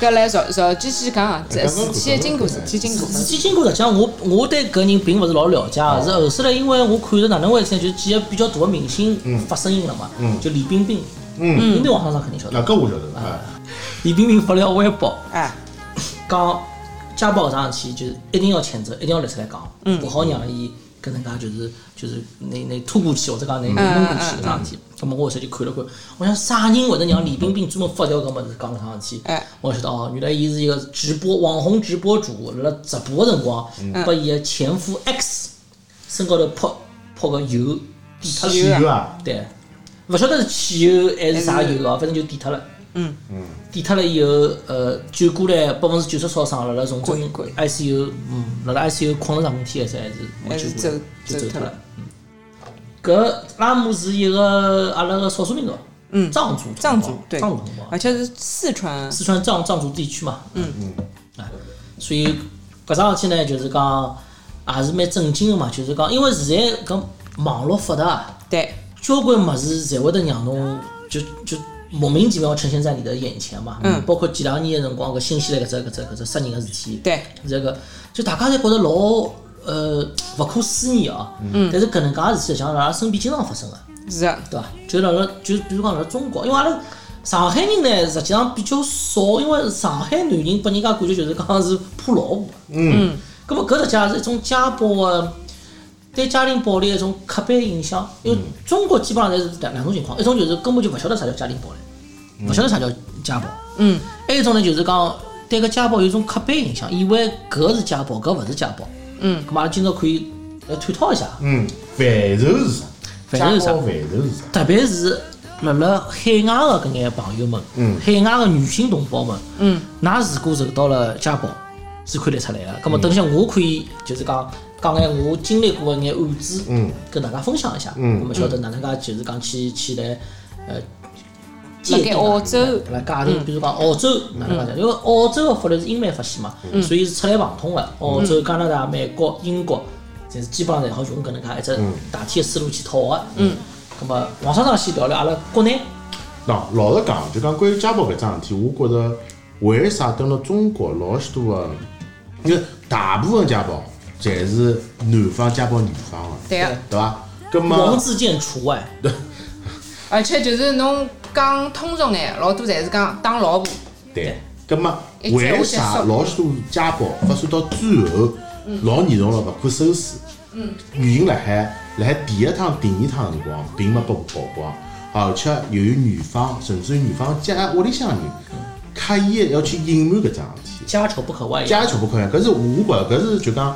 S2: 搿来赵赵姐先讲啊，
S4: 哎
S2: 这
S4: 刚刚
S2: 事体的经过，
S4: 看
S2: 事
S4: 到
S2: 体经过。
S3: 事体经过实际上我我对搿人并勿是老了解个，
S4: 哦
S3: 是后首来因为我看着哪能回事呢，就是几个比较大个明星发声音了嘛，就李冰冰，
S4: 嗯
S3: 冰冰网上上肯定晓
S4: 那
S3: 得，
S4: 搿我晓得啊，
S3: 李冰冰发了条微博
S2: 哎，
S3: 讲家暴搿桩事体就是一定要谴责，一定要立出来讲，勿好让伊搿能介就是就是拿拿拖过去或者讲拿弄过去搿桩事体。葛末我后首就看了看，我想啥人会得让李冰冰专门发条搿物事讲搿桩事体？
S2: 哎
S3: 我晓得哦，原来伊是一个直播网红直播主，辣辣直播的辰光，把伊个前夫 X 身高头泼泼个油滴脱
S4: 汽
S3: 了，
S4: 油啊，
S3: 对，勿晓得是汽油还是啥油哦，反正就滴脱了。
S2: 嗯
S3: 嗯，滴脱了以后，呃，救过来百分之九十烧伤，辣辣重症
S2: 滚滚
S3: ICU，嗯，辣辣 ICU 困了十五天，还是还是没
S2: 还
S3: 救
S2: 是
S3: 过来
S2: 走
S3: 就
S2: 走
S3: 走脱
S2: 脱
S3: 了
S2: 了。
S3: 嗯，搿拉姆是一个阿拉个少数民族，嗯，藏族同胞，
S2: 藏族对，
S3: 藏族同胞
S2: 而，且是四川啊
S3: 四川藏藏族地区嘛，嗯嗯，啊，所以搿桩事体呢，就是讲也是蛮震惊的嘛，就是讲，因为现在搿网络发达，啊
S2: 对，
S3: 交关物事侪会得让侬就就莫名其妙呈现在你的眼前嘛。
S2: 嗯
S3: 包括前两年的辰光，搿新西兰搿只搿只搿只杀人个事体，
S2: 对，
S3: 这个就大家侪觉得老呃勿可思议啊。嗯。但是搿能介个事体，像辣阿拉身边经常发生个、
S2: 是的，
S3: 对伐？就辣辣就比如讲辣辣中国，因为阿拉上海人呢，实际上比较少，因为上海男人拨人家感觉就是讲是怕老婆。
S4: 嗯，
S3: 咁么搿实际上是一种家暴个对家庭暴力的一种刻板印象。因为中国基本上侪是两两种情况，一种就是根本就勿晓得啥叫家庭暴力，勿晓得啥叫家暴；
S2: 嗯，
S3: 还有一种呢就是讲对搿家暴有一种刻板印象，以为搿是家暴，搿勿是家暴。
S2: 嗯，
S3: 咁嘛阿拉今朝可以来探讨一下，
S4: 嗯，范畴是啥？
S3: 范畴是啥
S4: 家暴范畴是啥？
S3: 特别是辣辣海外的搿眼朋友们，
S4: 嗯
S3: 海外的女性同胞们，
S2: 嗯，
S3: 㑚如果受到了家暴，是看得出来的。咁么，
S4: 嗯
S3: 等下我可以就是讲讲眼我经历过的眼案子，
S4: 嗯，
S3: 跟大家分享一下，
S4: 嗯
S3: 咁么晓得哪能介就是讲去去来呃。
S2: 辣盖澳洲
S3: 辣盖阿比
S4: 嗯
S3: 如讲澳洲，哪能讲？因为澳洲的法律是英美法系嘛，
S4: 嗯
S3: 所以是出来旁通的。澳洲、加拿大、美国、英国，侪是基本上侪好用搿能介一只
S4: 嗯
S3: 大体的思路去套个。嗯，咁么王厂长先聊聊阿拉国内。
S4: 喏，老实讲，就讲关于家暴搿桩事体，我觉着为啥等到中国老许多个，因为大部分家暴侪是男方家暴女方个，
S2: 对
S3: 对啊
S2: 个，
S4: 对伐？葛
S3: 王
S4: 么，
S3: 自健除外，
S2: 而且就是侬讲通俗眼，老多侪是讲打老婆，
S4: 对，葛么
S2: 一切
S4: 啊为
S2: 有结
S4: 啥
S2: 束
S4: 老许多家暴发展到最后老严重了勿可收拾？原因辣海辣海第一趟、第二趟辰光并没被曝光，啊而且由于女方甚至于女方家屋里向人刻意地要去隐瞒搿桩事体。
S3: 家丑不可外扬。
S4: 家丑不可外扬，搿是我觉着，搿是就讲，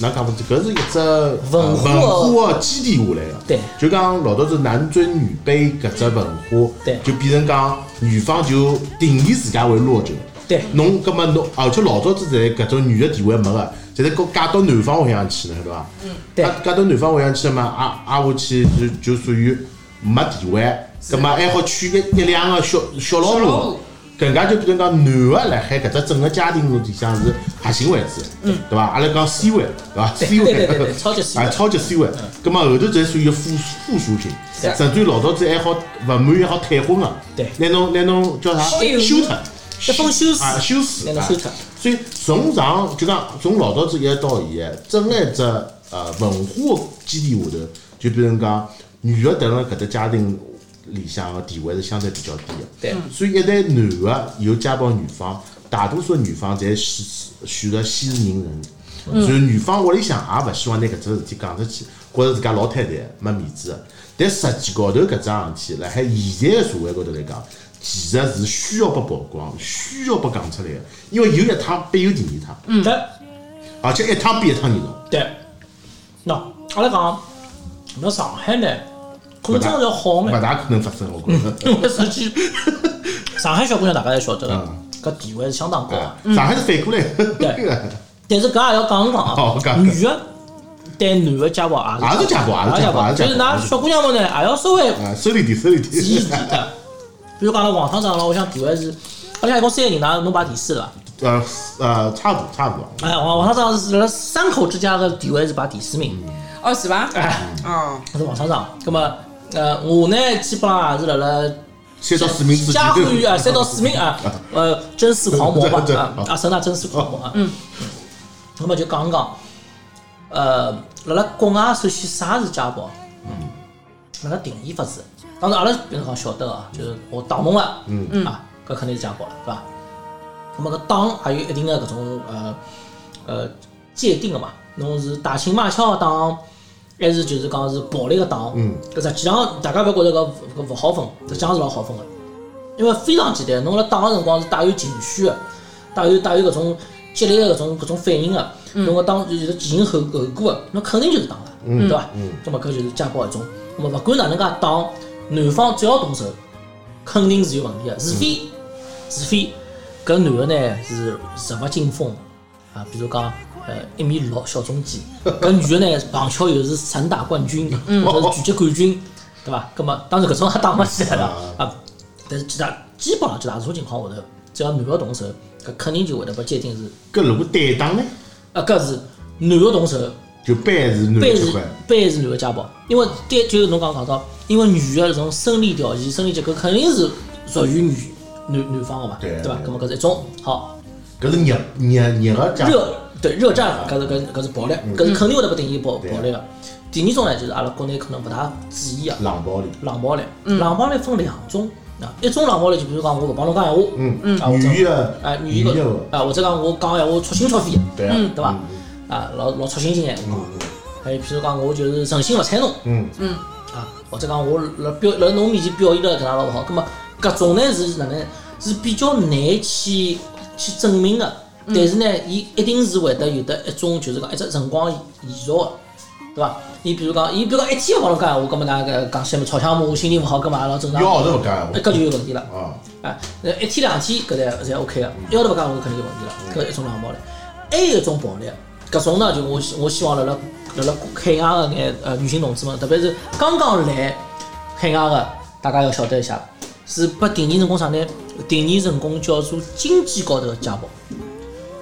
S4: 哪讲法子？搿是一只呃
S3: 文化
S4: 文化的基地下来的。
S3: 对
S4: 就讲老早子男尊女卑搿只文化，
S3: 对
S4: 就变成讲女方就定义自家为弱者。
S3: 对
S4: 侬搿么侬，而且老早子在搿种女的地位没个，侪是搞嫁到男方屋里向去了，晓得伐？嗯，
S3: 对
S4: 嫁到男方屋里向去了嘛，挨挨下去就就属于没地位，搿么还好娶一一两个小小老
S2: 小老
S4: 婆
S2: 婆。
S4: 搿能介就变成讲男个辣海搿只整个家庭里向是核心位置，对伐？阿拉讲 C 位，对伐
S3: 对
S4: ？C 位，
S3: 对
S4: <laughs>
S3: 对对对超级 C 位嗯
S4: 啊，超级 C 位。葛末后头侪属于附附属品，
S3: 是
S4: 甚至于老早子还好勿满意还好退婚个，
S3: 对
S4: 拿侬拿侬叫啥？
S3: 休
S4: 休脱，
S3: 一封休书
S4: 啊，休书，
S3: 拿侬
S4: 啊
S3: 休脱
S4: 所以从上就讲从老早子一直到现在，整个一只呃文化基地下头，就变成讲女个等辣搿只家庭里向个地位是相对比较低个。
S3: 对，
S4: 所以一旦男个有家暴女方，大多数女方侪选选择息事宁人。所以女方屋里向也勿希望拿搿只事体讲出去，觉着自家老太太没面子个。但实际高头搿桩事体，辣海现在个社会高头来讲，其实是需要被曝光、需要被讲出来个，因为有一趟必有第二趟，
S3: 嗯，对
S4: 而且一趟比一趟严重。
S3: 对。喏，阿拉讲，那上海呢，可能真的要好
S4: 勿
S3: 眼，
S4: 大可能发生，我觉
S3: <laughs>
S4: 着。
S3: 因为首
S4: <laughs>
S3: 先，上海小姑娘大家侪晓得的
S4: 嗯，
S3: 搿地位是相当高的。
S4: 啊上海是反过来的，
S3: 对但是搿也要讲一讲
S4: 好
S3: 啊，
S4: 讲
S3: 女的对男的家暴
S4: 哦也
S3: 也
S4: 是家暴
S3: 也
S4: 也是家暴也是家暴
S3: 就是
S4: 也
S3: 㑚
S4: 是
S3: 小姑娘们呢，也要稍微
S4: <laughs> 啊，收敛点，收敛
S3: 注意一
S4: 点。
S3: 点的。比如讲，阿拉王厂长了，我想地位是，阿拉一共三个人，㑚侬排第四了
S4: <laughs>
S3: 伐？
S4: 呃呃，差不多，差不多。
S3: 哎，王王厂长是辣辣三口之家的地位是排第四名。
S2: 哦是伐？
S3: 哎，
S2: 哦，
S3: 我是王厂长。那么，呃，我呢基本上也是辣辣
S4: 三到四名之间。
S3: 家欢愉啊，三到四名
S4: <laughs>
S3: 啊，呃，真丝狂魔嘛
S4: 对对
S3: 啊
S4: 好，哦
S3: 啊，神啊，真丝狂魔啊。嗯。那么就讲一讲，呃，辣辣国外首先啥是家暴？嗯。辣辣定义法是，当然阿拉平常晓得啊，就是我打侬了，嗯啊，搿肯定是家暴了，是伐？那么搿打还有一定的搿种呃呃界定的嘛，侬是打情骂俏的打。还是就是讲是暴力个打，
S4: 嗯
S3: 搿实际上大家勿要觉着搿搿勿好分，实际上是老好分个。因为非常简单，侬辣打个辰光是带有情绪个，带有带有搿种激烈个搿种搿种反应个，侬个当就是前因后后果个，侬肯定就是打了，对伐？那么搿就是家暴一种。那么勿管哪能介打，男方只要动手，肯定是有问题个，除非除非搿男个呢是食物惊风啊，比如讲呃一米六小中间，搿女个呢旁敲又是散打冠军或者是拳击冠军，对伐？葛么当然搿种也打勿起来了
S4: 啊
S3: 啊，但是几大基本上几大多数情况下头，只要男个动手，搿肯定就会得被界定是
S4: 搿如果对打呢，
S3: 啊，搿是男个动手，
S4: 就扳是男
S3: 背
S4: 的
S3: 是
S4: 吃亏，
S3: 背是男个家暴，因为对就是侬刚刚讲到，因为女个搿种生理条件、生理结构肯定是属于女男男方个嘛，
S4: 对
S3: 对伐？
S4: 对
S3: 葛么搿是一种好。
S4: 搿是热热热个家
S3: 热对热战，搿是搿是搿是暴力，搿是肯定会得被定义暴
S4: 嗯对
S3: 暴力个。第二种呢，就是阿拉国内可能勿大注意啊，
S4: 冷暴力，
S3: 冷暴力。冷暴力分两种啊，一种冷暴力就比如讲我勿帮侬讲闲话，
S4: 嗯
S3: 啊我
S4: 语言
S3: 啊语
S4: 言
S3: 言个嗯
S4: 个，
S3: 啊或者讲我讲闲话戳心戳肺，
S4: 对啊，
S3: 对伐？啊老老戳心心闲话讲，还有譬如讲我就是诚心勿睬侬
S4: 嗯，
S3: 啊，或者讲我辣表辣侬面前表现了搿能老勿好，葛末搿种呢是哪能呢？是比较难去去证明个，但是呢，伊一定是会得有得一种就是讲一只辰光延续个，对伐？伊比如讲，伊比如讲一天勿帮侬讲闲话，葛末㑚搿讲些么吵相骂，我心情勿好，葛末也老正
S4: 一
S3: 常
S4: 个。号头勿讲
S3: 哎
S4: 闲
S3: 搿就有问题了。
S4: 话，啊，
S3: 啊，呃，一天两天搿才侪 OK 个，一号头勿讲我肯定有问题了，搿是一种冷暴力，还有一种暴力，搿种呢就我希我希望辣辣辣辣海外个眼呃女性同志们，特别是刚刚来海外个，大家要晓得一下，是拨定义成功啥呢？定义成功叫做经济高头个家暴。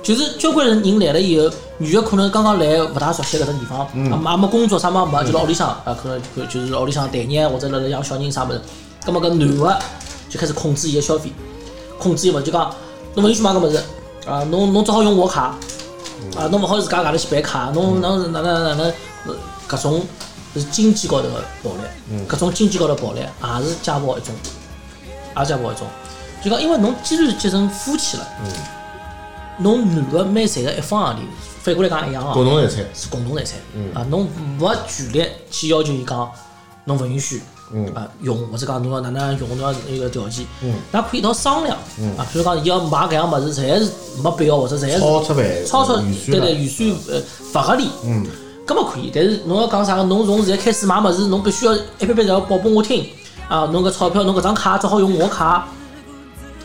S3: 就是交关人人来了以后，女的可能刚刚来勿大熟悉搿只地方，啊也没工作啥么没，就是屋里向啊可能就就是屋里向待业或者辣辣养小人啥物事，葛末搿男的就开始控制伊个消费，控制伊嘛就讲侬勿允许买搿物事，啊侬侬只好用我卡，啊侬勿好自家外头去办卡，侬侬哪能哪能呃搿种是经济高头个暴力，搿种经济高头暴力也是家暴一种，也是家暴一种，就讲因为侬既然结成夫妻了。侬男个蛮赚个一方里，反过来讲一样啊，
S4: 共同财产，
S3: 是共同财产
S4: 嗯
S3: 啊，侬没权利去要求伊讲侬勿允许。
S4: 嗯
S3: 啊，用或者讲侬要哪能用，侬要有个条件，那可以一道商量
S4: 嗯
S3: 啊。比如讲，伊要买搿样物事，侪是没必要，或者侪是
S4: 超出范
S3: 超出
S4: 预
S3: 对
S4: 算
S3: 对
S4: 了，
S3: 预算呃勿合理，嗯，搿么可以。但是侬要讲啥个，侬从现在开始买物事，侬必须要一遍遍侪要报拨我听啊。侬搿钞票，侬搿张卡只好用我卡，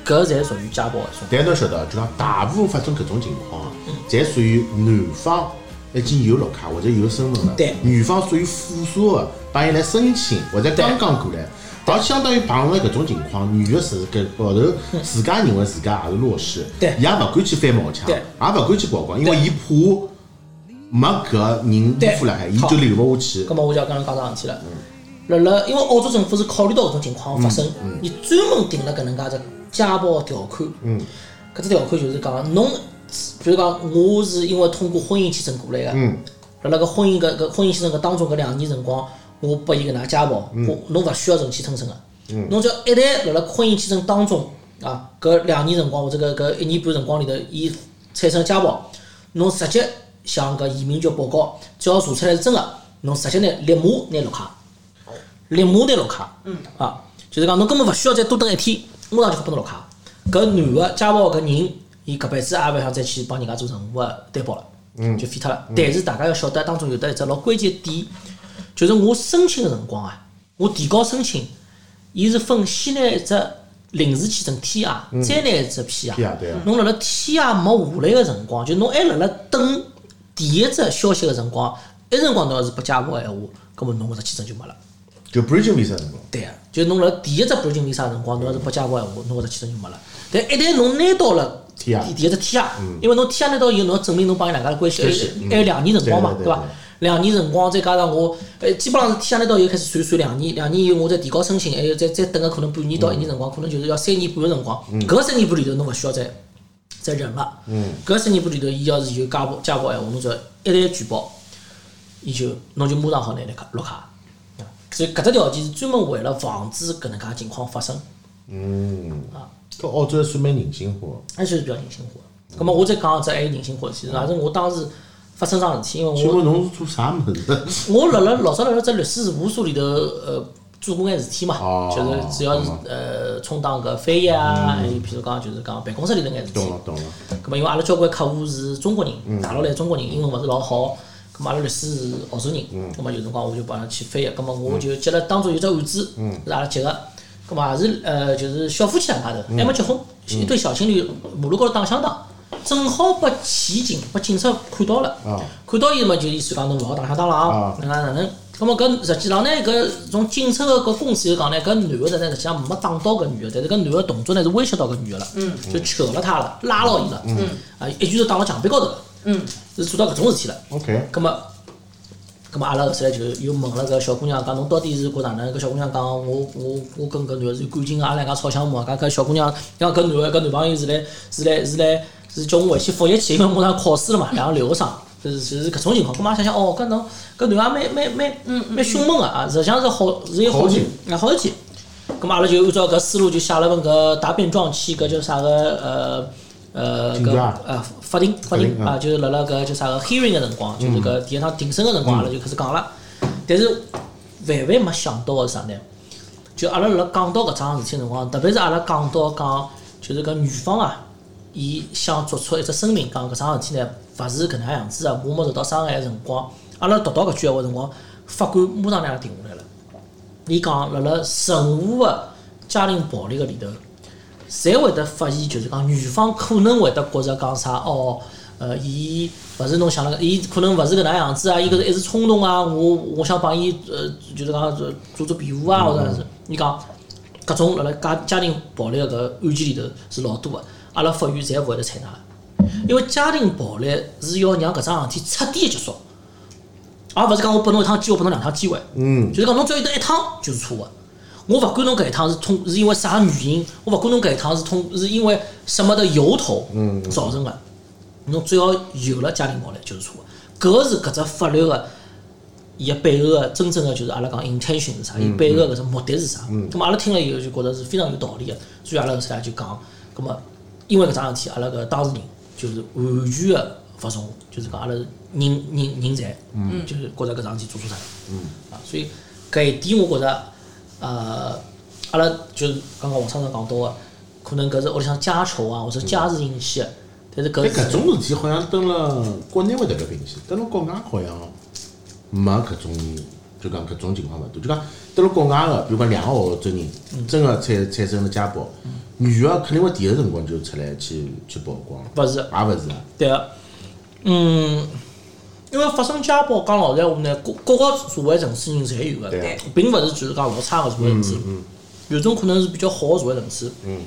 S3: 搿侪属于家暴一种。
S4: 但侬晓得，就讲大部分发生搿种情况，侪属于男方已经有绿卡或者有身份了，
S3: 对
S4: 女方属于附属的，帮伊来申请或者刚刚过来，而相当于碰着搿种情况，女的自搿高头自家认为自家也是弱势，
S3: 嗯对
S4: 伊也勿敢去翻毛腔，
S3: 对
S4: 也勿敢去曝光，因为伊怕没搿人
S3: 对
S4: 依附辣海，伊就
S3: 好
S4: 留勿下去
S3: 咁。么我就要跟侬讲桩事体了。辣辣，因为澳洲政府是考虑到搿种情况发生，伊专门定了搿能介只家暴条款。嗯，搿只条款就是讲，侬比如讲，我是因为通过婚姻签证过来个，嗯，辣辣搿婚姻搿搿婚姻签证搿当中搿两年辰光，我拨伊搿能介家暴，我侬勿需要忍气吞声个，侬只要一旦辣辣婚姻签证当中啊，搿两年辰光或者搿搿一年半辰光里头，伊产生家暴，侬直接向搿移民局报告，只要查出来是真个，侬直接拿立马拿绿卡，立马拿绿卡。嗯。啊，就是讲侬根本勿需要再多等一天，马上就拨侬绿卡。搿男个家暴搿人，伊搿辈子也勿想再去帮人家做任何个担保了，嗯，就废脱了。但是大家要晓得，当中有得一只老关键点，就是我申请个辰光啊，我提交申请，伊是分先拿一只临时签证 T R，再拿一只 P R。
S4: P R 对啊
S3: 侬辣辣 T R 没下来个辰光，就侬还辣辣等第一只消息个辰光，一辰光侬要是不加我闲话，葛末侬搿只签证就没了。
S4: 就 bridging visa 辰光，
S3: 对个，就侬辣第一只北京比赛辰光，侬要是不加我闲话，侬搿只签证就没了。但一旦侬拿到了
S4: TR
S3: 第一只 T R，因为侬 T R 拿到以后，侬要证明侬帮伊两家关系还有还有两年辰光嘛，
S4: 对对对
S3: 对伐
S4: 对？
S3: 两年辰光，再加上我，呃，基本上是 T R 拿到以后开始算算两年，两年以后我再提交申请，还有再再等个可能半年到一年辰光，可能就是要三年半个辰光。搿三年半里头，侬勿需要再再忍了。嗯，搿三年半里头，伊要是有家暴家暴闲话，侬只要一旦举报，伊就侬就马上好拿绿卡绿卡。啊所以搿只条件是专门为了防止搿能介情况发生，
S4: 搿澳洲还算蛮人性化的。
S3: 还是比较人性化的。葛末我再讲一只还有人性化的事体，哪是我当时发生桩事体，因为
S4: 请
S3: 我
S4: 问侬是做啥物事？
S3: 我辣辣老早辣辣只律师事务所里头，呃，做过眼事体嘛
S4: 哦，嗯
S3: 就是主要是呃充当搿翻译啊，还有譬如讲就是讲办公室里头眼事体
S4: 懂。了懂嗯了，
S3: 咁么因为阿拉交关客户是中国人，大陆来中国人，英文勿是老好，咁么阿拉律师是澳洲人，
S4: 嗯
S3: 咁么有辰光我就帮伊拉去翻译，咁么我就接了当中有只案子
S4: 嗯
S3: 是阿拉接个，咁么也是呃就是小夫妻两家头
S4: 嗯
S3: 还没结婚，一对小情侣马路高头打相打，正好被骑警被警察看到了
S4: 啊，
S3: 看到伊嘛就意思讲侬勿好打相打了
S4: 啊
S3: 啊，哪能哪能，咁么搿实际上呢，搿从警察个搿公司讲呢，搿男个呢实际上没打到搿女个，但是搿男个动作呢是威胁到搿女个了，就扯了她了，拉牢伊了，啊，一拳头打到墙壁高头了，
S2: 嗯，
S3: 是做到搿种事体了。
S4: OK，
S3: 咁么，咁么阿拉后头来就又问了搿小姑娘讲，侬到底是觉哪能？搿小姑娘讲，我我我跟搿男个是有感情个，阿拉两家吵相骂。讲搿小姑娘，讲搿男个搿男朋友是来是来是来是叫我回去复习去，因为马上考试了嘛，两个留学生。就是就是搿种情况，咁嘛想想哦，搿侬搿男个也蛮蛮蛮蛮凶猛个啊，实际上是好是有
S4: 好
S3: 好
S4: 事
S3: 事，啊好事体。咁嘛阿拉就按照搿思路就写了份搿答辩状去搿叫啥个呃呃
S4: 警
S3: 搿
S4: 察
S3: 呃法庭法庭
S4: 法庭
S3: 啊
S4: 啊
S3: 就是辣辣搿叫啥个 hearing 个辰光，就是搿第一趟庭审个辰光，阿拉就开始讲了。但是万万没想到个是啥呢？就阿拉辣讲到搿桩事体个辰光，特别是阿拉讲到讲，就是搿女方啊，伊想作出一只声明，讲搿桩事体呢，勿是搿能样子啊，我没受到伤害个辰光，阿拉读到搿句闲话个辰光，法官马上拿伊定下来了。伊讲辣辣任何个家庭暴力个里头，侪会得发现，就是讲女方可能会得觉着讲啥哦，呃，伊勿是侬想那个，伊可能勿是搿能样子啊，伊搿是一时冲动啊，我我想帮伊呃，就是讲做做做辩护啊，或者是伊讲搿种辣辣家家庭暴力个搿案件里头是老多个，阿拉法院侪勿会得采纳的，因为家庭暴力是要让搿桩事体彻底地结束。而勿是讲我拨侬一趟机会，拨侬两趟机会。嗯，就是讲侬只要有得一趟就是错的。我勿管侬搿一趟是通是因为啥原因，我勿管侬搿一趟是通是因为什么的由头造成的，侬只要有了家庭暴力就是错的。搿是搿只法律的伊个背后个真正的就是阿拉讲 intention 是啥，伊背后个搿只目的是啥。咁么阿拉听了以后就觉着是非常有道理个，所以阿拉搿次也就讲，咁么因为搿桩事体，阿拉搿当事人就是完全个服从，就是讲阿拉是认认认罪，就是觉着搿桩事体做错啥，啊，所以搿一点我觉着，呃，阿拉就是刚刚王厂长讲到个，可能搿是屋里向家丑啊，或者家事引起个，但是搿
S4: 但哎搿种事体好像蹲辣国内会特别明显，蹲辣国外好像没搿种，就讲搿种情况勿多。就讲蹲辣国外个，比如讲两个学校真人，
S3: 嗯
S4: 真个产产生了家暴，女个肯定会第一辰光就出来去去曝光，
S3: 勿是。
S4: 也勿是啊。
S3: 对个，嗯，因为发生家暴，讲老实闲话呢，各各个社会层次人侪有个
S4: 对啊，嗯
S3: 并勿是就是讲老差个社会层次，有种可能是比较好个社会层次，嗯，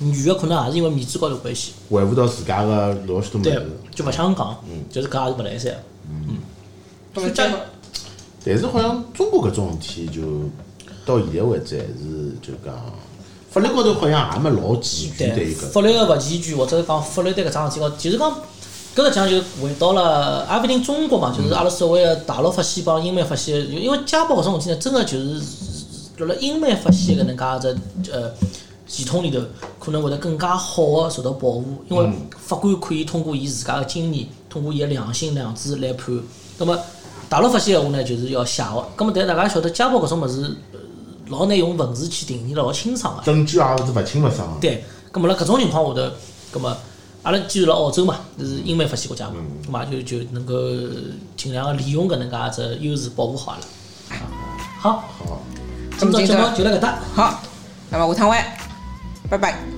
S3: 女个可能也是因为面子高头关系，
S4: 维护到自家个老许多物
S3: 对
S4: 事，，
S3: 就勿想讲，就是搿也是勿来三个，
S2: 懂了
S3: 家
S2: 懂了
S4: 但是好像中国搿种事体就到现在为止还是就讲法律高头好像也没老健全对
S3: 对，
S4: 于搿
S3: 法律个勿健全，或者是讲法律对搿桩事体高，其实讲。搿个讲就回到了，也勿一定中国嘛，就是阿拉所谓的大陆法系帮英美法系，因为家暴搿种事体呢，真个就是辣辣英美法系搿能介只呃系统里头，可能会得更加好个受到保护，因为法官可以通过伊自家个经验，通过伊个良心良知来判。那么大陆法系闲话呢，就是要写个。那么但大家晓得家暴搿种物事，呃老难用文字去定义了，老清爽个。
S4: 证据也勿是勿清勿爽的。
S3: 对，咁么辣搿种情况下头，咁么阿拉既然辣澳洲嘛，就是英美法系国家嘛，咁嘛就就能够尽量地利用搿能介只优势保护好阿拉。啊好，
S4: 好。哦
S3: 今朝节目就辣搿搭。
S2: 好，那么下趟晚，拜拜。